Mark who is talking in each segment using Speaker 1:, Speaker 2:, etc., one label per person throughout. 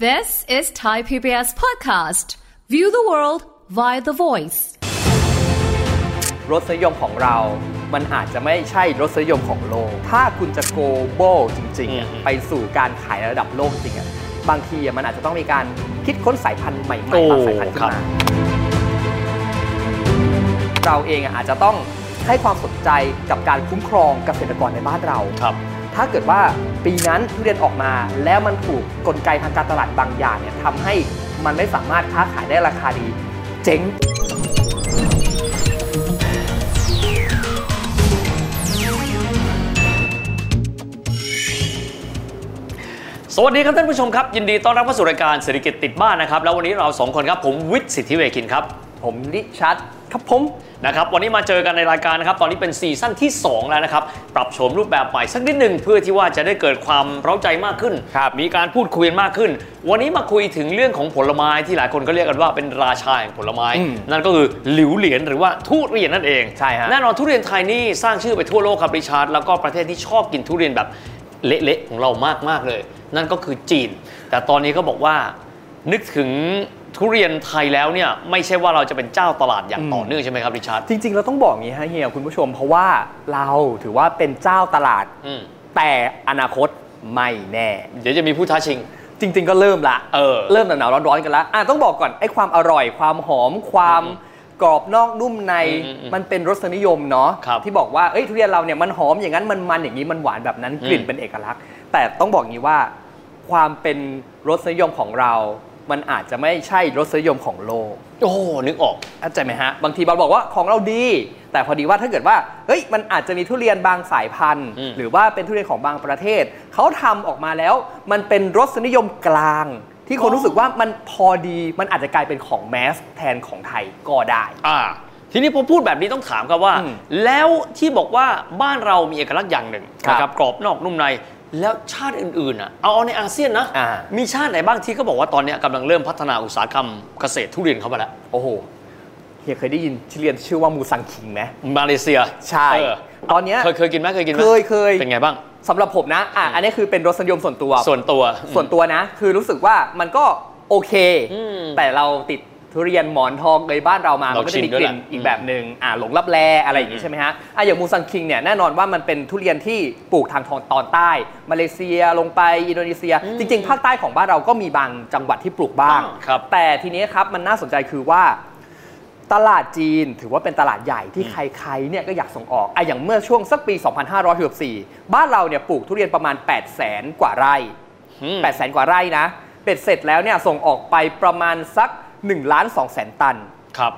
Speaker 1: This is Thai PBS podcast. View the world via the voice.
Speaker 2: รสนิยมของเรา มันอาจจะไม่ใช่รสนิยมของโลก ถ้าคุณจะ global จริงๆอะไปสู่การขายระดับโลกจริงอะบางทีอะมันอาจจะต้องมีการคิดค้นสายพันธุ์ใหม่
Speaker 3: โอ้
Speaker 2: ๆบางสายพันธุ์ขึ้น
Speaker 3: ครับ
Speaker 2: มาเราเองอะอาจจะต้องให้ความสนใจกับการคุ้มครองเกษตรกรในบ้านเรา
Speaker 3: ครับ
Speaker 2: ถ้าเกิดว่าปีนั้นทุเรียนออกมาแล้วมันถูกกลไกทางการตลาดบางอย่างเนี่ยทำให้มันไม่สามารถค้าขายได้ราคาดี เจ๊ง
Speaker 3: สวัสดีครับท่านผู้ชมครับยินดีต้อนรับเข้าสู่รายการเศรษฐกิจติดบ้านนะครับแล้ววันนี้เราสองคนครับผมวิทย์สิทธิเวคินครับ
Speaker 2: ผมนิชัดครับผม
Speaker 3: นะครับวันนี้มาเจอกันในรายการนะครับตอนนี้เป็นซีซั่นที่ 2 แล้วนะครับปรับโฉมรูปแบบใหม่สักนิดหนึ่งเพื่อที่ว่าจะได้เกิดความเร้าใจมากขึ้น มีการพูดคุยกันมากขึ้น วันนี้มาคุยถึงเรื่องของผลไม้ที่หลายคนก็เรียกกันว่าเป็นราชาแห่งผลไม้ นั่นก็คือหลิวเหรียญหรือว่าทุเรียนนั่นเอง
Speaker 2: ใช่ฮะ
Speaker 3: แน่นอนทุเรียนไทยนี่สร้างชื่อไปทั่วโลกครับริชาร์ดแล้วก็ประเทศที่ชอบกินทุเรียนแบบ เละๆของเรามาก ๆ เลย นั่นก็คือจีน แต่ตอนนี้ก็บอกว่า นึกถึงทุเรียนไทยแล้วเนี่ย ไม่ใช่ว่าเราจะเป็นเจ้าตลาดอย่างต่อเนื่องใช่ไหมครับริชาร์ด
Speaker 2: จริง ๆ เราต้องบอกอย่างนี้ฮะเฮียคุณผู้ชม เพราะว่าเราถือว่าเป็นเจ้าตลาด
Speaker 3: อืม
Speaker 2: แต่อนาคตไม่แน่
Speaker 3: เดี๋ยวจะมีผู้ท้าชิง
Speaker 2: จริง ๆ ก็เริ่มละ
Speaker 3: เออ
Speaker 2: เริ่มหนาวๆร้อนๆกันละอ่ะต้องบอกก่อนไอ้ความอร่อยความหอมความกรอบนอกนุ่มใน
Speaker 3: อืมอืม
Speaker 2: มันเป็นรสนิยมเนาะ
Speaker 3: ครับ
Speaker 2: ที่บอกว่าเอ้ยทุเรียนเราเนี่ยมันหอมอย่างนั้นมันมันอย่างนี้มันหวานแบบนั้นกลิ่น
Speaker 3: อืม
Speaker 2: เป็นเอกลักษณ์ แต่ต้องบอกอย่างนี้ว่า ความเป็นรสนิยมของเรา มันอาจจะไม่ใช่รสนิยมของโลก
Speaker 3: โอ้นึกออก
Speaker 2: เข้าใจไหมฮะ บางทีเราบอกว่าของเราดี แต่พอดีว่าถ้าเกิดว่าเฮ้ยมันอาจจะมีทุเรียนบางสายพันธุ์
Speaker 3: อืม
Speaker 2: หรือว่าเป็นทุเรียนของบางประเทศ เขาทำออกมาแล้ว มันเป็นรสนิยมกลาง ที่คน
Speaker 3: อ๋อ
Speaker 2: รู้สึกว่ามันพอดีมันอาจจะกลายเป็นของแมสแทนของไทยก็ได้
Speaker 3: อ่า ทีนี้พอพูดแบบนี้ต้องถามครับว่า
Speaker 2: อืม
Speaker 3: แล้วที่บอกว่าบ้านเรามีเอกลักษณ์อย่างหนึ่ง
Speaker 2: ครับ
Speaker 3: นะกรอบนอกนุ่มในแล้วชาติอื่นๆอ่ะเอาเอาในอาเซียนนะ
Speaker 2: อ่า
Speaker 3: มีชาติไหนบ้างที่เขาบอกว่าตอนเนี้ยกำลังเริ่มพัฒนาอุตสาหกรรมเกษตรทุเรียนเข้ามาแล้ว
Speaker 2: โอ้โหเฮียเคยได้ยินทุเรียนชื่อว่ามูซังคิงไหม
Speaker 3: มาเลเซีย
Speaker 2: ใช่
Speaker 3: เออ
Speaker 2: ตอนเนี้ย
Speaker 3: เคยเคยกินไหมเคยกินไหม
Speaker 2: เคยเคย
Speaker 3: เป็นไงบ้าง
Speaker 2: สำหรับผมนะอ่ะอันนี้คือเป็นรสนิยมส่วนตัว
Speaker 3: ส่วนตัว
Speaker 2: ส่วนตัวนะ คือรู้สึกว่ามันก็โอเค
Speaker 3: อืม
Speaker 2: แต่เราติดทุเรียนหมอนทองเลยบ้านเรามามั
Speaker 3: เรามั
Speaker 2: นก็จะมี
Speaker 3: ชินด้ว
Speaker 2: ก
Speaker 3: ย
Speaker 2: ลิ่น
Speaker 3: แหละ
Speaker 2: อีกแบบหนึ่งอ่าหลงลับแลอะไรอย่างนี้ใช่ไหมฮะอ่ะอย่างมูซังคิงเนี่ยแน่นอนว่ามันเป็นทุเรียนที่ปลูกทางทองตอนใต้ มาเลเซียลงไปอินโดนีเซีย จริง ๆ ภาคใต้ของบ้านเราก็มีบางจังหวัดที่ปลูกบ้าง
Speaker 3: อ่าครับ
Speaker 2: แต่ทีนี้ครับมันน่าสนใจคือว่า ตลาดจีนถือว่าเป็นตลาดใหญ่ที่ใครๆเนี่ยก็อยากส่งออกอะอย่างเมื่อช่วงสักปี 2564 บ้านเราเนี่ยปลูกทุเรียนประมาณ 8 0 0แสนกว่าไร่
Speaker 3: อืม
Speaker 2: 8 0 0 0 0 กว่าไร่นะ เป็ดเสร็จแล้วเนี่ยส่งออกไปประมาณสัก1ล้าน2แสนตัน
Speaker 3: ครับ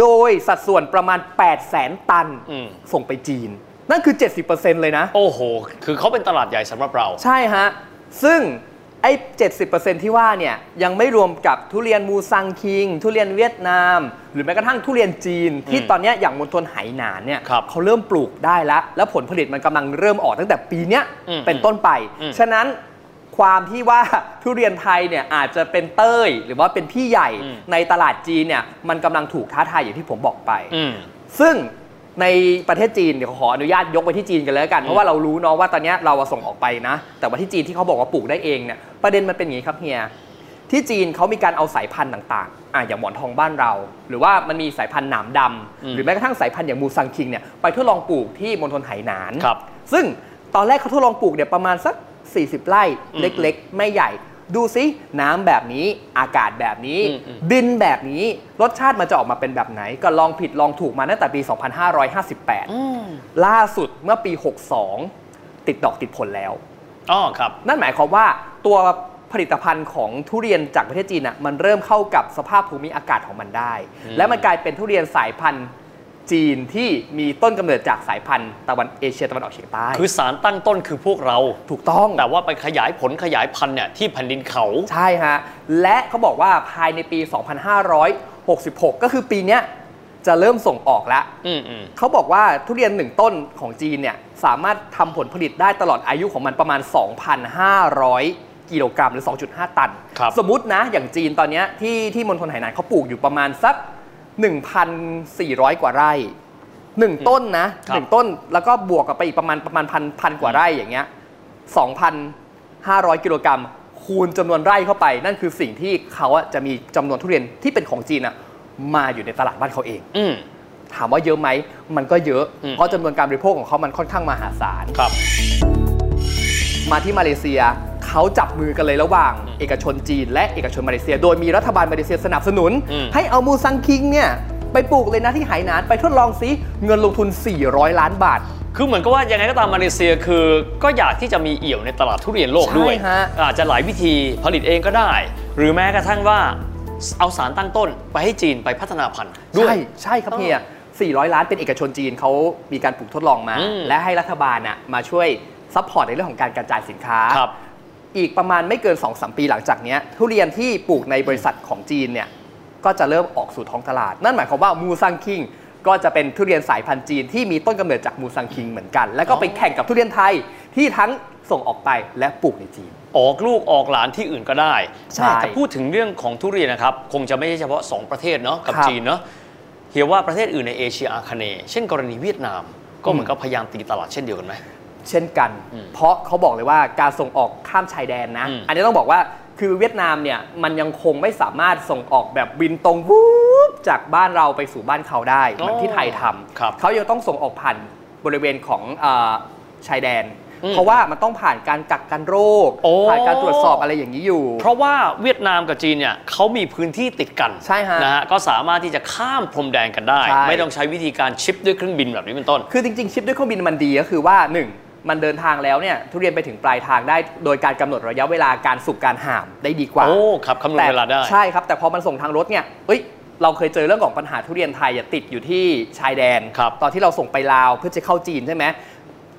Speaker 2: โดยสัดส่วนประมาณ 8 0 0แสนตัน
Speaker 3: อืม
Speaker 2: ส่งไปจีน นั่นคือ 70%เลยนะ
Speaker 3: โอ้โห คือเขาเป็นตลาดใหญ่สำหรับเรา
Speaker 2: ใช่ฮะ ซึ่งไอ้70%ที่ว่าเนี่ยยังไม่รวมกับทุเรียนมูซังคิง ทุเรียนเวียดนาม หรือแม้กระทั่งทุเรียนจีน ที่
Speaker 3: อืม
Speaker 2: ตอนเนี้ยอย่างมณฑลไหหนานเนี่ย
Speaker 3: ครับ
Speaker 2: เขาเริ่มปลูกได้แล้ว แล้วผลผลิตมันกำลังเริ่มออกตั้งแต่ปีเนี้ย
Speaker 3: อืม
Speaker 2: เป็นต้นไป
Speaker 3: อืม
Speaker 2: ฉะนั้นความที่ว่า ทุเรียนไทยเนี่ยอาจจะเป็นเต้ย หรือว่าเป็นพี่ใหญ่
Speaker 3: อืม
Speaker 2: ในตลาดจีนเนี่ยมันกำลังถูกท้าทายอย่างที่ผมบอกไป
Speaker 3: อืม
Speaker 2: ซึ่งในประเทศจีนเดี๋ยวขออนุญาตยกไปที่จีนกันเลยละกัน เพราะว่าเรารู้เนาะว่าตอนเนี้ยเราอะส่งออกไปนะ แต่ว่าที่จีนที่เขาบอกว่าปลูกได้เองเนี่ยประเด็นมันเป็นอย่างนี้ครับเฮียที่จีนเขามีการเอาสายพันธุ์ต่างๆอ่ะอย่างหมอนทองบ้านเรา หรือว่ามันมีสายพันธุ์หนามดำ
Speaker 3: อืม
Speaker 2: หรือแม้กระทั่งสายพันธุ์อย่างมูซังคิงเนี่ยไปทดลองปลูกที่มณฑลไหหนาน
Speaker 3: ครับ
Speaker 2: ซึ่งตอนแรกเขาทดลองปลูกเนี่ยประมาณสัก 40 ไร่
Speaker 3: อืม
Speaker 2: เล็กๆ ไม่ใหญ่ ดูซิน้ำแบบนี้อากาศแบบนี้
Speaker 3: อืมอืม
Speaker 2: ดินแบบนี้รสชาติมันจะออกมาเป็นแบบไหน ก็ลองผิดลองถูกมาตั้งแต่ปี 2558
Speaker 3: อืม
Speaker 2: ล่าสุดเมื่อปี 62 ติดดอกติดผลแล้ว
Speaker 3: อ๋อครับ
Speaker 2: นั่นหมายความว่าตัวผลิตภัณฑ์ของทุเรียนจากประเทศจีนน่ะมันเริ่มเข้ากับสภาพภูมิอากาศของมันได้
Speaker 3: อืม
Speaker 2: และมันกลายเป็นทุเรียนสายพันธุ์จีนที่มีต้นกำเนิดจากสายพันธุ์ตะวันเอเชียตะวันออกเฉียงใต้
Speaker 3: คือสารตั้งต้นคือพวกเรา
Speaker 2: ถูกต้อง
Speaker 3: แต่ว่าไปขยายผลขยายพันธุ์เนี่ยที่แผ่นดินเขา
Speaker 2: ใช่ฮะ และเขาบอกว่าภายในปี 2566 ก็คือปีเนี้ยจะเริ่มส่งออกแล้ว
Speaker 3: อืมอืม
Speaker 2: เขาบอกว่าทุเรียนหนึ่งต้นของจีนเนี่ยสามารถทำผลผลิตได้ตลอดอายุของมันประมาณ 2,500 กิโลกรัมหรือ 2.5 ตัน
Speaker 3: ครับ
Speaker 2: สมมตินะอย่างจีนตอนเนี้ยที่ที่มณฑลไหหนานเขาปลูกอยู่ประมาณสัก 1,400 กว่าไร่หนึ่งต้นนะ
Speaker 3: ครั
Speaker 2: ห
Speaker 3: บ
Speaker 2: นึ่งต้นแล้วก็บวกกับไปอีกประมาณประมาณพันพันกว่าไร่อย่างเงี้ย 2,500 กิโลกรัมค คูณจำนวนไร่เข้าไป นั่นคือสิ่งที่เขาอะจะมีจำนวนทุเรียนที่เป็นของจีนอะมาอยู่ในตลาดบ้านเขาเอง
Speaker 3: อืม
Speaker 2: ถามว่าเยอะไหม มันก็เยอะ
Speaker 3: อืม
Speaker 2: เพราะจำนวนการบริโภคของเขามันค่อนข้างมหาศาล
Speaker 3: ครับ
Speaker 2: มาที่มาเลเซีย เขาจับมือกันเลยระหว่าง เอกชนจีน และเอกชนมาเลเซีย โดยมีรัฐบาลมาเลเซียสนับสนุน
Speaker 3: อืม
Speaker 2: ให้เอามูซังคิงเนี่ย ไปปลูกเลยนะที่ไหหนานไปทดลองซิเงินลงทุน 400 ล้านบาท
Speaker 3: คือเหมือนกับว่ายังไงก็ตามมาเลเซียคือ ก็อยากที่จะมีเอี่ยวในตลาดทุเรียนโลกด้วย
Speaker 2: ใช่ฮะ
Speaker 3: อาจจะหลายวิธีผลิตเองก็ได้ หรือแม้กระทั่งว่าเอาสารตั้งต้นไปให้จีนไปพัฒนาพันธุ์ด้วย
Speaker 2: ใช่ใช่ครับเฮีย400 ล้านเป็นเอกชนจีนเขามีการปลูกทดลองมา
Speaker 3: อืม
Speaker 2: และให้รัฐบาลน่ะมาช่วยซัพพอร์ตในเรื่องของการกระจายสินค้า
Speaker 3: ครับ
Speaker 2: อีกประมาณไม่เกิน 2-3 ปีหลังจากเนี้ยทุเรียนที่ปลูกในบริษัทของจีนเนี่ยก็จะเริ่มออกสู่ท้องตลาด นั่นหมายความว่ามูซังคิงก็จะเป็นทุเรียนสายพันธุ์จีนที่มีต้นกำเนิดจากมูซังคิงเหมือนกัน แล้วก็ไป
Speaker 3: อ๋อ
Speaker 2: แข่งกับทุเรียนไทยที่ทั้งส่งออกไปและปลูกในจีน
Speaker 3: ออกลูกออกหลานที่อื่นก็ได้
Speaker 2: ใช่
Speaker 3: แต่พูดถึงเรื่องของทุเรียนนะครับ คงจะไม่ใช่เฉพาะ 2 ประเทศเนาะกับ
Speaker 2: ครับ
Speaker 3: จีนเนาะเฮียว่าประเทศอื่นในเอเชียอาคเนย์เช่นกรณีเวียดนาม ก็เหมือนกับพยายามตีตลาดเช่นเดียวกันไหม
Speaker 2: เช่นกัน
Speaker 3: อืม
Speaker 2: เพราะเขาบอกเลยว่าการส่งออกข้ามชายแดนนะ
Speaker 3: อืม
Speaker 2: อันนี้ต้องบอกว่าคือเวียดนามเนี่ยมันยังคงไม่สามารถส่งออกแบบบินตรงวูบจากบ้านเราไปสู่บ้านเขาได้ เหมือนที่ไทยท
Speaker 3: ครับ
Speaker 2: ำเขายังต้องส่งออกผ่านบริเวณของเอ่อชายแดน เพราะว่ามันต้องผ่านการกักกันโรค ผ่านการตรวจสอบอะไรอย่างนี้อยู่
Speaker 3: เพราะว่าเวียดนามกับจีนเนี่ยเขามีพื้นที่ติดกัน
Speaker 2: ใช่ฮะ
Speaker 3: นะฮะก็สามารถที่จะข้ามพรมแดนกันได้
Speaker 2: ใช่
Speaker 3: ไม่ต้องใช้วิธีการชิปด้วยเครื่องบินแบบนี้เป็นต้น
Speaker 2: คือจริงๆ ชิปด้วยเครื่องบินมันดีก็คือว่า 1 มันเดินทางแล้วเนี่ยทุเรียนไปถึงปลายทางได้ โดยการกำหนดระยะเวลาการสุกการห่ามได้ดีกว่า
Speaker 3: โอ้ครับคำนวณเวลาได้
Speaker 2: ใช่ครับ แต่พอมันส่งทางรถเนี่ยเอ้ยเราเคยเจอเรื่องของปัญหาทุเรียนไทยอะติดอยู่ที่ชายแดน
Speaker 3: ครับ
Speaker 2: ตอนที่เราส่งไปลาวเพื่อจะเข้าจีนใช่ไหม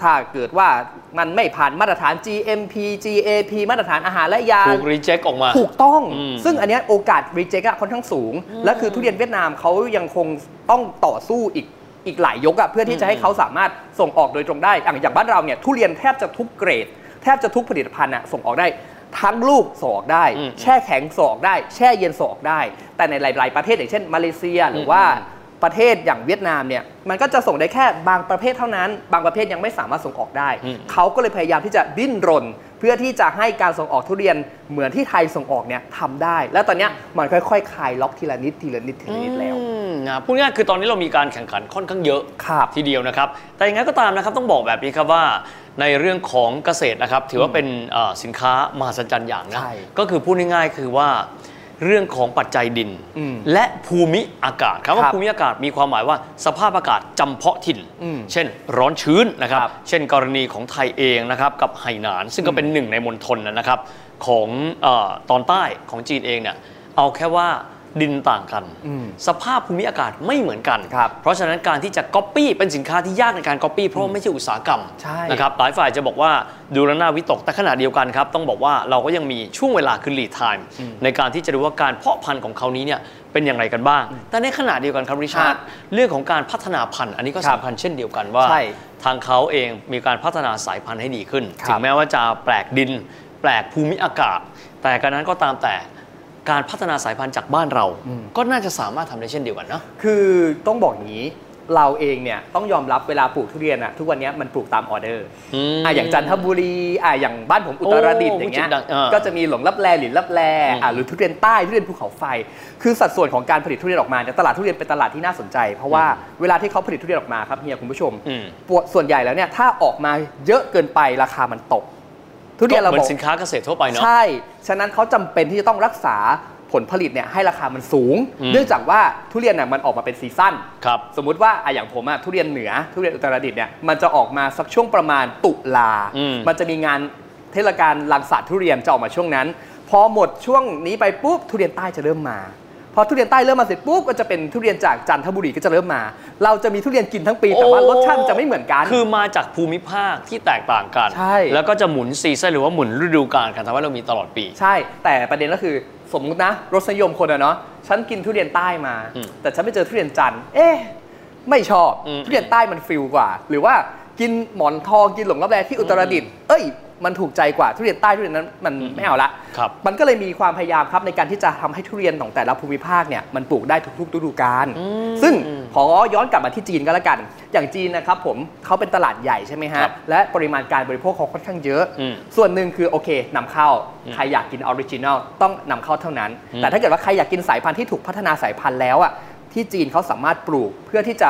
Speaker 2: ถ้าเกิดว่ามันไม่ผ่านมาตรฐาน GMP GAP มาตรฐานอาหารและยา
Speaker 3: ถูกรีเจ็คออกมา
Speaker 2: ถูกต้อง
Speaker 3: อืม
Speaker 2: ซึ่งอันเนี้ยโอกาสรีเจ็คอะค่อนข้างสูง และคือทุเรียนเวียดนามเขายังคงต้องต่อสู้อีกอีกหลายยกอะเพื่อที่จะให้เขาสามารถส่งออกโดยตรงได้อย่างอย่างบ้านเราเนี่ยทุเรียนแทบจะทุกเกรด แทบจะทุกผลิตภัณฑ์อะส่งออกได้ ทั้งลูกส่งออกได้
Speaker 3: อืม
Speaker 2: แช่แข็งส่งออกได้ แช่เย็นส่งออกได้ แต่ในหลาย ๆ ประเทศอย่างเช่นมาเลเซียหรือว่า
Speaker 3: อืม
Speaker 2: ประเทศอย่างเวียดนามเนี่ยมันก็จะส่งได้แค่บางประเภทเท่านั้น บางประเภทยังไม่สามารถส่งออกได้
Speaker 3: อืม
Speaker 2: เขาก็เลยพยายามที่จะดิ้นรน เพื่อที่จะให้การส่งออกทุเรียนเหมือนที่ไทยส่งออกเนี่ยทำได้ และตอนเนี้ยมันค่อยๆคลายล็อกทีละนิดทีละนิดทีละนิดแล้ว
Speaker 3: อืมนะพูดง่ายๆคือตอนนี้เรามีการแข่งขันค่อนข้างเยอะ
Speaker 2: ครับ
Speaker 3: ทีเดียวนะครับ แต่อย่างนั้นก็ตามนะครับต้องบอกแบบนี้ครับว่าในเรื่องของเกษตรนะครับ ถือว่าเป็นเอ่อสินค้ามหัศจรรย์อย่างนะ
Speaker 2: ใช่
Speaker 3: ก็คือพูดง่ายๆคือว่าเรื่องของปัจจัยดิน
Speaker 2: อืม
Speaker 3: และภูมิอากาศคำว่า
Speaker 2: ครับ
Speaker 3: ภูมิอากาศมีความหมายว่าสภาพอากาศจำเพาะถิ่น
Speaker 2: อืม
Speaker 3: เช่น ร้อนชื้นนะครับ
Speaker 2: ครับ
Speaker 3: เช่น กรณีของไทยเองนะครับกับไหหนาน ซึ่งก็เป็นหนึ่งในมณฑลนะครับของเออตอนใต้ของจีนเองเนี่ยเอาแค่ว่าดินต่างกัน
Speaker 2: อืม
Speaker 3: สภาพภูมิอากาศไม่เหมือนกัน
Speaker 2: ครับ
Speaker 3: เพราะฉะนั้นการที่จะก๊อปปี้เป็นสินค้าที่ยากในการก๊อปปี้เพราะว่าไม่ใช่อุตสาหกรรม
Speaker 2: ใช่
Speaker 3: นะครับหลายฝ่ายจะบอกว่าดูแลวน่าวิตกแต่ขณะเดียวกันครับ ต้องบอกว่าเราก็ยังมีช่วงเวลาคือ lead time ในการที่จะดูว่าการเพาะพันธุ์ของเขานี้เนี่ยเป็นอย่างไรกันบ้าง แต่ในขณะเดียวกันครับริชาร์ด
Speaker 2: ฮะ
Speaker 3: เรื่องของการพัฒนาพันธุ์อันนี้ก็
Speaker 2: ครับ
Speaker 3: สำคัญเช่นเดียวกันว่า
Speaker 2: ใช่
Speaker 3: ทางเขาเองมีการพัฒนาสายพันธุ์ให้ดีขึ้น
Speaker 2: ครับ
Speaker 3: ถึงแม้ว่าจะแปลกดิน แปลกภูมิอากาศ แต่การนั้นก็ตามแต่การพัฒนาสายพันธุ์จากบ้านเรา ก็น่าจะสามารถทำได้เช่นเดียวกันเนาะ
Speaker 2: คือต้องบอกอย่างนี้เราเองเนี่ยต้องยอมรับเวลาปลูกทุเรียนอะทุกวันเนี้ยมันปลูกตามออเดอร์อ่ะอย่างจันทบุรีอ่ะอย่างบ้านผมอุตรดิตถ์อย่างเงี้ย
Speaker 3: โอ้จิตดังอ่า
Speaker 2: ก็จะมีหลงลับแลหลินลับแลอ่ะหรือทุเรียนใต้ทุเรียนภูเขาไฟ คือสัดส่วนของการผลิตทุเรียนออกมาเนี่ยตลาดทุเรียนเป็นตลาดที่น่าสนใจ เพราะว่าเวลาที่เขาผลิตทุเรียนออกมาครับเฮียคุณผู้ชม
Speaker 3: อืม
Speaker 2: ส่วนใหญ่แล้วเนี่ยถ้าออกมาเยอะเกินไปราคามันตก ทุเรียนเรา
Speaker 3: เหมื
Speaker 2: บ
Speaker 3: อ
Speaker 2: อก
Speaker 3: นสินค้าเกษตรทั่วไปเนาะ
Speaker 2: ใช่ ฉะนั้นเขาจำเป็นที่จะต้องรักษาผลผลิตเนี่ยให้ราคามันสูง
Speaker 3: อืม
Speaker 2: เนื่องจากว่าทุเรียนน่ยมันออกมาเป็นซีซั่น
Speaker 3: ครับ
Speaker 2: สมมุติว่าอ่ะอย่างผมอะทุเรียนเหนือทุเรียนอุตรดิตถ์เนี่ยมันจะออกมาสักช่วงประมาณตุลา
Speaker 3: อืม
Speaker 2: มันจะมีงานเทศกาลลังสาดทุเรียนจะออกมาช่วงนั้น พอหมดช่วงนี้ไปปุ๊บทุเรียนใต้จะเริ่มมา พอทุเรียนใต้เริ่มมาเสร็จปุ๊บก็จะเป็นทุเรียนจากจันทบุรีก็จะเริ่มมา เราจะมีทุเรียนกินทั้งปี แต่ว่า
Speaker 3: โอ้
Speaker 2: รสชาติมันจะไม่เหมือนกัน
Speaker 3: คือมาจากภูมิภาคที่แตกต่างกัน
Speaker 2: ใช่
Speaker 3: แล้วก็จะหมุนซีซั่นหรือว่าหมุนฤดูกาลกันทำให้เรามีตลอดปี
Speaker 2: ใช่ แต่ประเด็นก็คือสมมุตินะรสนิยมคนอะเนาะฉันกินทุเรียนใต้มา
Speaker 3: อืม
Speaker 2: แต่ฉันไปเจอทุเรียนจันทร์เอ๊ะไม่ชอบ
Speaker 3: อืม
Speaker 2: ทุเรียนใต้มันฟิลกว่า หรือว่ากินหมอนทองกินหลงลับแลที่อุตรดิตถ์เอ้ย มันถูกใจกว่าทุเรียนใต้ทุเรียนนั้นมันไม่เอาละ
Speaker 3: ครับ
Speaker 2: มันก็เลยมีความพยายามครับในการที่จะทำให้ทุเรียนของแต่ละภูมิภาคเนี่ยมันปลูกได้ทุกๆฤดูกาลซึ่งขอย้อนกลับมาที่จีนก็แล้วกัน อย่างจีนนะครับผมเขาเป็นตลาดใหญ่ใช่ไหมฮะ
Speaker 3: ครับ
Speaker 2: และปริมาณการบริโภคเขาค่อนข้างเยอะ
Speaker 3: อืม
Speaker 2: ส่วนหนึ่งคือโอเคนำเข้าใครอยากกินออริจินัลต้องนำเข้าเท่านั้น
Speaker 3: อืม
Speaker 2: แต่ถ้าเกิดว่าใครอยากกินสายพันธุ์ที่ถูกพัฒนาสายพันธุ์แล้วอ่ะที่จีนเขาสามารถปลูกเพื่อที่จะ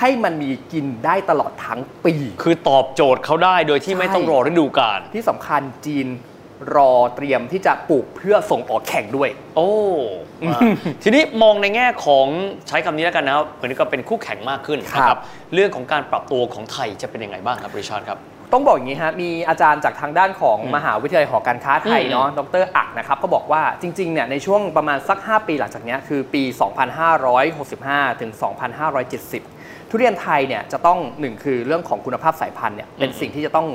Speaker 2: ให้มันมีกินได้ตลอดทั้งปี
Speaker 3: คือตอบโจทย์เขาได้โดยที่ไม่ต้องรอฤดูกาล
Speaker 2: ที่สำคัญจีนรอเตรียมที่จะปลูกเพื่อส่งออกแข่งด้วย
Speaker 3: โอ้อ่าทีนี้มองในแง่ของใช้คำนี้แล้วกันนะครับเหมือนกับเป็นคู่แข่งมากขึ้นนะค
Speaker 2: ครั
Speaker 3: รับ
Speaker 2: บ
Speaker 3: เรื่องของการปรับตัวของไทยจะเป็นยังไงบ้างครับริชาร์ดครับ
Speaker 2: ต้องบอกอย่างนี้ฮะ มีอาจารย์จากทางด้านของมหาวิทยาลัยหอการค้าไทย
Speaker 3: อืม
Speaker 2: เนาะ ดรอักนะครับ ก็บอกว่าจริงๆ เนี่ย ในช่วงประมาณสัก 5 ปีหลังจากเนี้ยคือปี 2565 ถึง 2570 ทุเรียนไทยเนี่ยจะต้องหนึ่งคือเรื่องของคุณภาพสายพันธุ์เนี่ยเป็นสิ่งที่จะต้อง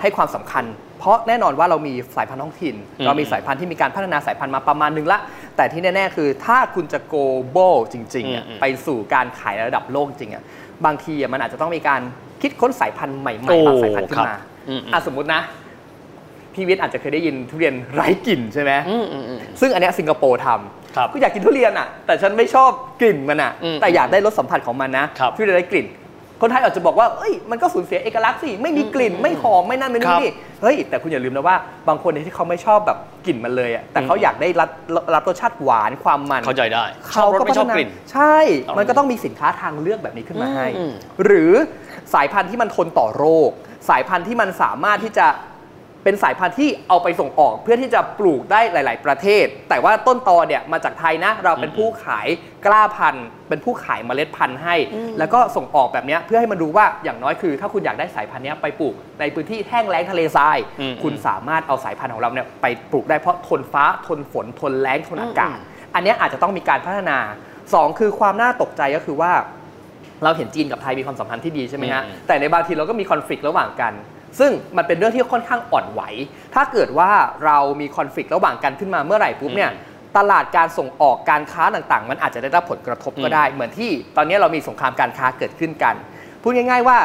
Speaker 2: ให้ความสำคัญ เพราะแน่นอนว่าเรามีสายพันธุ์ท้องถิ่น
Speaker 3: อืม
Speaker 2: เรามีสายพันธุ์ที่มีการพัฒนาสายพันธุ์มาประมาณหนึงละ แต่ที่แน่ๆ คือถ้าคุณจะ global จริงๆอะ
Speaker 3: อืมๆ
Speaker 2: ไปสู่การขายระดับโลกจริงๆอะบางทีอะมันอาจจะต้องมีการคิดค้นสายพันธุ์ใหม่ๆ ใหม่บางสายพันธุ์ขึ้น
Speaker 3: โอ้ครั
Speaker 2: มา
Speaker 3: บอืมอืม
Speaker 2: อ่ะสมมตินะ พี่วิทย์อาจจะเคยได้ยินทุเรียนไร้กลิ่นใช่ไหม
Speaker 3: อืมอืมอืม
Speaker 2: ซึ่งอันเนี้ยสิงคโปร์ท
Speaker 3: ครับ
Speaker 2: ำกูอยากกินทุเรียนอ่ะ แต่ฉันไม่ชอบกลิ่นมันอ่ะ
Speaker 3: อืม
Speaker 2: แต่อยากได้รสสัมผัสของมันนะ
Speaker 3: ครับ
Speaker 2: ทุเรียนไร้กลิ่น คนไทยอาจจะบอกว่า เอ้ย มันก็สูญเสียเอกลักษณ์สิ ไม่มีกลิ่น ไม่หอม ไม่นั่นไม่
Speaker 3: ค
Speaker 2: นี่
Speaker 3: รับ
Speaker 2: นี่ เฮ้ย แต่คุณอย่าลืมนะว่า บางคนเนี่ยที่เขาไม่ชอบแบบกลิ่นมันเลยอ่ะ แต่เขา
Speaker 3: อืม
Speaker 2: อยากได้รับรับรสชาติหวานความมัน
Speaker 3: เข้าใจได้ชอ
Speaker 2: เขา
Speaker 3: บรส
Speaker 2: ก็
Speaker 3: ไม่ชอบกลิ่น
Speaker 2: ใช่
Speaker 3: ต้อง
Speaker 2: มันก็ต้องมีสินค้าทางเลือกแบบนี้ขึ้นมาให้
Speaker 3: อืม
Speaker 2: หรือสายพันธุ์ที่มันทนต่อโรค สายพันธุ์ที่มันสามารถที่จะเป็นสายพันธุ์ที่เอาไปส่งออก เพื่อที่จะปลูกได้หลาย ๆ ประเทศ แต่ว่าต้นตอเนี่ยมาจากไทยนะ เราเป็นผู้ขายกล้าพันธุ์ เป็นผู้ขายเมล็ดพันธุ์ให้ แล้วก็ส่งออกแบบเนี้ยเพื่อให้มันรู้ว่าอย่างน้อยคือ ถ้าคุณอยากได้สายพันธุ์เนี้ยไปปลูกในพื้นที่แห้งแล้งทะเลทราย
Speaker 3: อืม
Speaker 2: คุณสามารถเอาสายพันธุ์ของเราเนี่ยไปปลูกได้เพราะทนฟ้าทนฝนทนแล้งทนอากาศ อันเนี้ยอาจจะต้องมีการพัฒนา 2 คือความน่าตกใจก็คือว่า เราเห็นจีนกับไทยมีความสัมพันธ์ที่ดีใช่ไหมฮะ
Speaker 3: อืม
Speaker 2: แต่ในบางทีเราก็มีคอนฟ lict ระหว่างกัน ซึ่งมันเป็นเรื่องที่ค่อนข้างอ่อนไหว ถ้าเกิดว่าเรามีคอนฟ lict ระหว่างกันขึ้นมาเมื่อไหร่ปุ๊บเนี่ย
Speaker 3: อืม
Speaker 2: ตลาดการส่งออกการค้าต่างๆ มันอาจจะได้รับผลกระทบก็
Speaker 3: อืม
Speaker 2: ได้ เหมือนที่ตอนนี้เรามีสงครามการค้าเกิดขึ้นกันพูดง่าย ๆ ว่า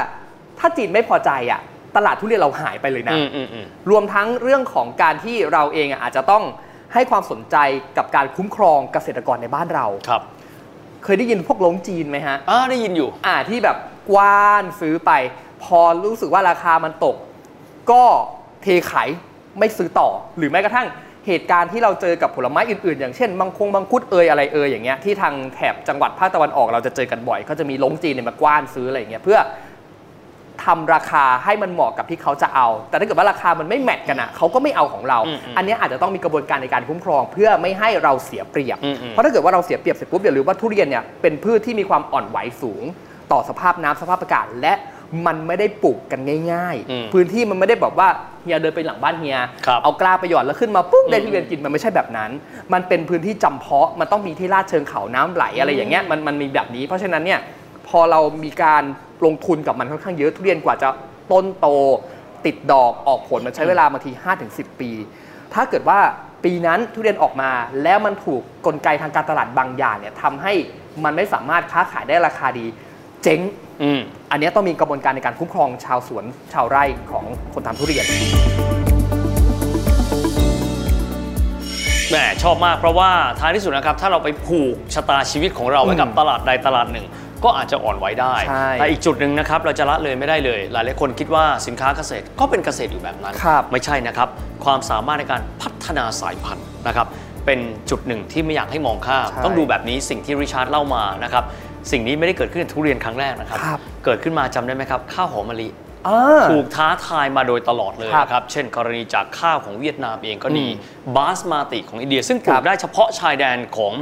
Speaker 2: ถ้าจีนไม่พอใจอ่ะตลาดทุเรียนเราหายไปเลยนะ
Speaker 3: อืมอืมอืม
Speaker 2: รวมทั้งเรื่องของการที่เราเองอ่ะอาจจะต้องให้ความสนใจกับการคุ้มครองเกษตรกรในบ้านเรา
Speaker 3: ครับ
Speaker 2: เคยได้ยินพวกลงจีนไหมฮะ
Speaker 3: อ่าได้ยินอยู่
Speaker 2: อ่าที่แบบกว้านซื้อไป พอรู้สึกว่าราคามันตก ก็เทขายไม่ซื้อต่อ หรือแม้กระทั่งเหตุการณ์ที่เราเจอกับผลไม้อื่นๆ อย่างเช่นมังคงมังคุดเอยอะไรเอยอย่างเงี้ยที่ทางแถบจังหวัดภาคตะวันออกเราจะเจอกันบ่อย ก็จะมีลงจีนเนี่ยมากว้านซื้ออะไรอย่างเงี้ยเพื่อทำราคาให้มันเหมาะกับที่เขาจะเอา แต่ถ้าเกิดว่าราคามันไม่แมทกันอ่ะเขาก็ไม่เอาของเรา
Speaker 3: อืมอืม
Speaker 2: อันเนี้ยอาจจะต้องมีกระบวนการในการคุ้มครอง เพื่อไม่ให้เราเสียเปรียบ
Speaker 3: อืมอืม
Speaker 2: เพราะถ้าเกิดว่าเราเสียเปรียบเสร็จปุ๊บอย่าลืมว่าทุเรียนเนี่ยเป็นพืชที่มีความอ่อนไหวสูง ต่อสภาพน้ำสภาพอากาศและมันไม่ได้ปลูกกันง่าย
Speaker 3: อืม
Speaker 2: พื้นที่มันไม่ได้แบบว่าเฮียเดินไปหลังบ้านเฮีย
Speaker 3: ครับ
Speaker 2: เอากล้าไปหย่อนแล้วขึ้นมาปุ๊บได้
Speaker 3: อืม
Speaker 2: ที่เรียนกินมันไม่ใช่แบบนั้น มันเป็นพื้นที่จำเพาะมันต้องมีที่ลาดเชิงเขาน้ำไหลอะไรอย่างเงี้ยมันมันมีแบบนี้ เพราะฉะนั้นเนี่ยพอเรามีการลงทุนกับมันค่อนข้างเยอะทุเรียนกว่าจะต้นโต ติดดอกออกผลมันใช้เวลาบางที 5-10 ปี ถ้าเกิดว่าปีนั้นทุเรียนออกมาแล้วมันถูกกลไกทางการตลาดบางอย่างเนี่ยทำให้มันไม่สามารถค้าขายได้ราคาดี เจ๊ง
Speaker 3: อืม
Speaker 2: อันเนี้ยต้องมีกระบวนการในการคุ้มครองชาวสวนชาวไร่ของคนทำทุเรียน
Speaker 3: แหมชอบมากเพราะว่าท้ายที่สุดนะครับ ถ้าเราไปผูกชะตาชีวิตของเราไว้กับตลาดใดตลาดหนึ่ง ก็อาจจะอ่อนไหวได้
Speaker 2: ใช่
Speaker 3: แต่อีกจุดหนึ่งนะครับ เราจะละเลยไม่ได้เลย หลายหลายๆคนคิดว่าสินค้าเกษตรก็เป็นเกษตรอยู่แบบนั้น
Speaker 2: ครับ
Speaker 3: ไม่ใช่นะครับ ความสามารถในการพัฒนาสายพันธุ์นะครับ เป็นจุดหนึ่งที่ไม่อยากให้มองข้าม
Speaker 2: ใช่
Speaker 3: ต้องดูแบบนี้สิ่งที่ริชาร์ดเล่ามานะครับสิ่งนี้ไม่ได้เกิดขึ้นในทุเรียนครั้งแรกนะครับ
Speaker 2: ครับ
Speaker 3: เกิดขึ้นมาจำได้ไหมครับข้าวหอมมะลิ
Speaker 2: อ่า
Speaker 3: ถูกท้าทายมาโดยตลอดเลย
Speaker 2: ครับ
Speaker 3: นะครับ เช่น กรณีจากข้าวของเวียดนามเองก็ดี
Speaker 2: อืม
Speaker 3: บาสมาติของอินเดีย ซึ่งป
Speaker 2: ค
Speaker 3: ลู
Speaker 2: รั
Speaker 3: ก
Speaker 2: บ
Speaker 3: ได้เฉพาะชายแดนของ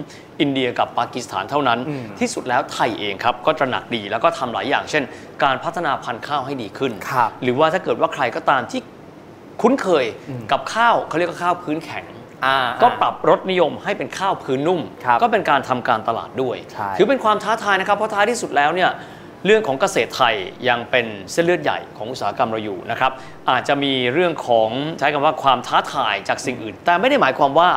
Speaker 3: อินเดียกับปากีสถานเท่านั้น
Speaker 2: อืม
Speaker 3: ที่สุดแล้วไทยเองครับ ก็ตระหนักดีแล้วก็ทำหลายอย่าง เช่น การพัฒนาพันธุ์ข้าวให้ดีขึ้น
Speaker 2: ครับ
Speaker 3: หรือว่าถ้าเกิดว่าใครก็ตามที่คุ้นเคย
Speaker 2: อืม
Speaker 3: กับข้าวเขาเรียกว่าข้าวพื้นแข็ง
Speaker 2: อ่า
Speaker 3: ก็ปรับรสนิยมให้เป็นข้าวพื้นนุ่ม
Speaker 2: ครับ
Speaker 3: ก็เป็นการทำการตลาดด้วย
Speaker 2: ใช่
Speaker 3: ถือเป็นความท้าทายนะครับ เพราะท้ายที่สุดแล้วเนี่ยเรื่องของเกษตรไทยยังเป็นเส้นเลือดใหญ่ของอุตสาหกรรมเราอยู่นะครับ อาจจะมีเรื่องของใช้คำว่าความท้าทายจากสิ่งอื่น แต่ไม่ได้หมายความว่า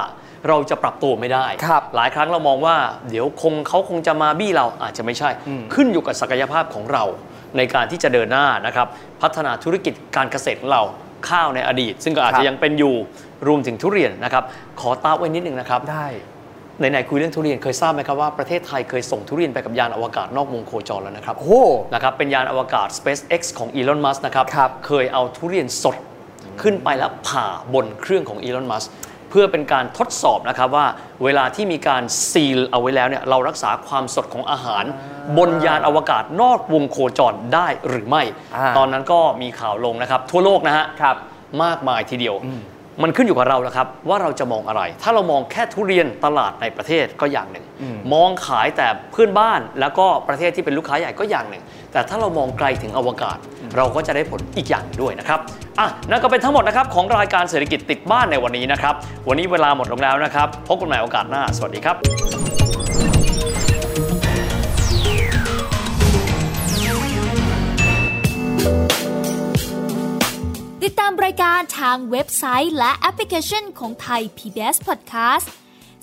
Speaker 3: เราจะปรับตัวไม่ได้
Speaker 2: ครับ
Speaker 3: หลายครั้งเรามองว่า เดี๋ยวคงเขาคงจะมาบี้เราอาจจะไม่ใช่
Speaker 2: อืม
Speaker 3: ขึ้นอยู่กับศักยภาพของเราในการที่จะเดินหน้านะครับ พัฒนาธุรกิจการเกษตรของเรา ข้าวในอดีต ซึ่งก็อาจ
Speaker 2: ครั
Speaker 3: จะ
Speaker 2: บ
Speaker 3: ยังเป็นอยู่รวมถึงทุเรียนนะครับ ขอตาไว้นิดนึงนะครับ
Speaker 2: ได้
Speaker 3: ไหนๆคุยเรื่องทุเรียนเคยทราบไหมครับว่าประเทศไทยเคยส่งทุเรียนไปกับยานอวกาศนอกวงโคจรแล้วนะครับ
Speaker 2: โอ้โห
Speaker 3: นะครับเป็นยานอวกาศ SpaceX ของ Elon Musk นะครับ
Speaker 2: ครับ
Speaker 3: เคยเอาทุเรียนสดขึ้นไปแล้วผ่าบนเครื่องของ Elon Musk เพื่อเป็นการทดสอบนะครับว่าเวลาที่มีการซีลเอาไว้แล้วเนี่ยเรารักษาความสดของอาหาร บนยานอวกาศนอกวงโคจรได้หรือไม่
Speaker 2: อ่า
Speaker 3: ตอนนั้นก็มีข่าวลงนะครับ ทั่วโลกนะฮะ
Speaker 2: ครับ
Speaker 3: มากมายทีเดียว มันขึ้นอยู่กับเราแล้วครับ ว่าเราจะมองอะไร ถ้าเรามองแค่ทุเรียนตลาดในประเทศก็อย่างหนึ่ง
Speaker 2: อืม
Speaker 3: มองขายแต่เพื่อนบ้านแล้วก็ประเทศที่เป็นลูกค้าใหญ่ก็อย่างหนึ่ง แต่ถ้าเรามองไกลถึงอวกาศ เราก็จะได้ผลอีกอย่างหนึ่งด้วยนะครับอ่ะนั่นก็เป็นทั้งหมดนะครับของรายการเศรษฐกิจติดบ้านในวันนี้นะครับ วันนี้เวลาหมดลงแล้วนะครับพบกันใหม่โอกาสหน้า สวัสดีครับ
Speaker 4: ติดตามรายการทางเว็บไซต์และแอปพลิเคชันของไทย PBS Podcast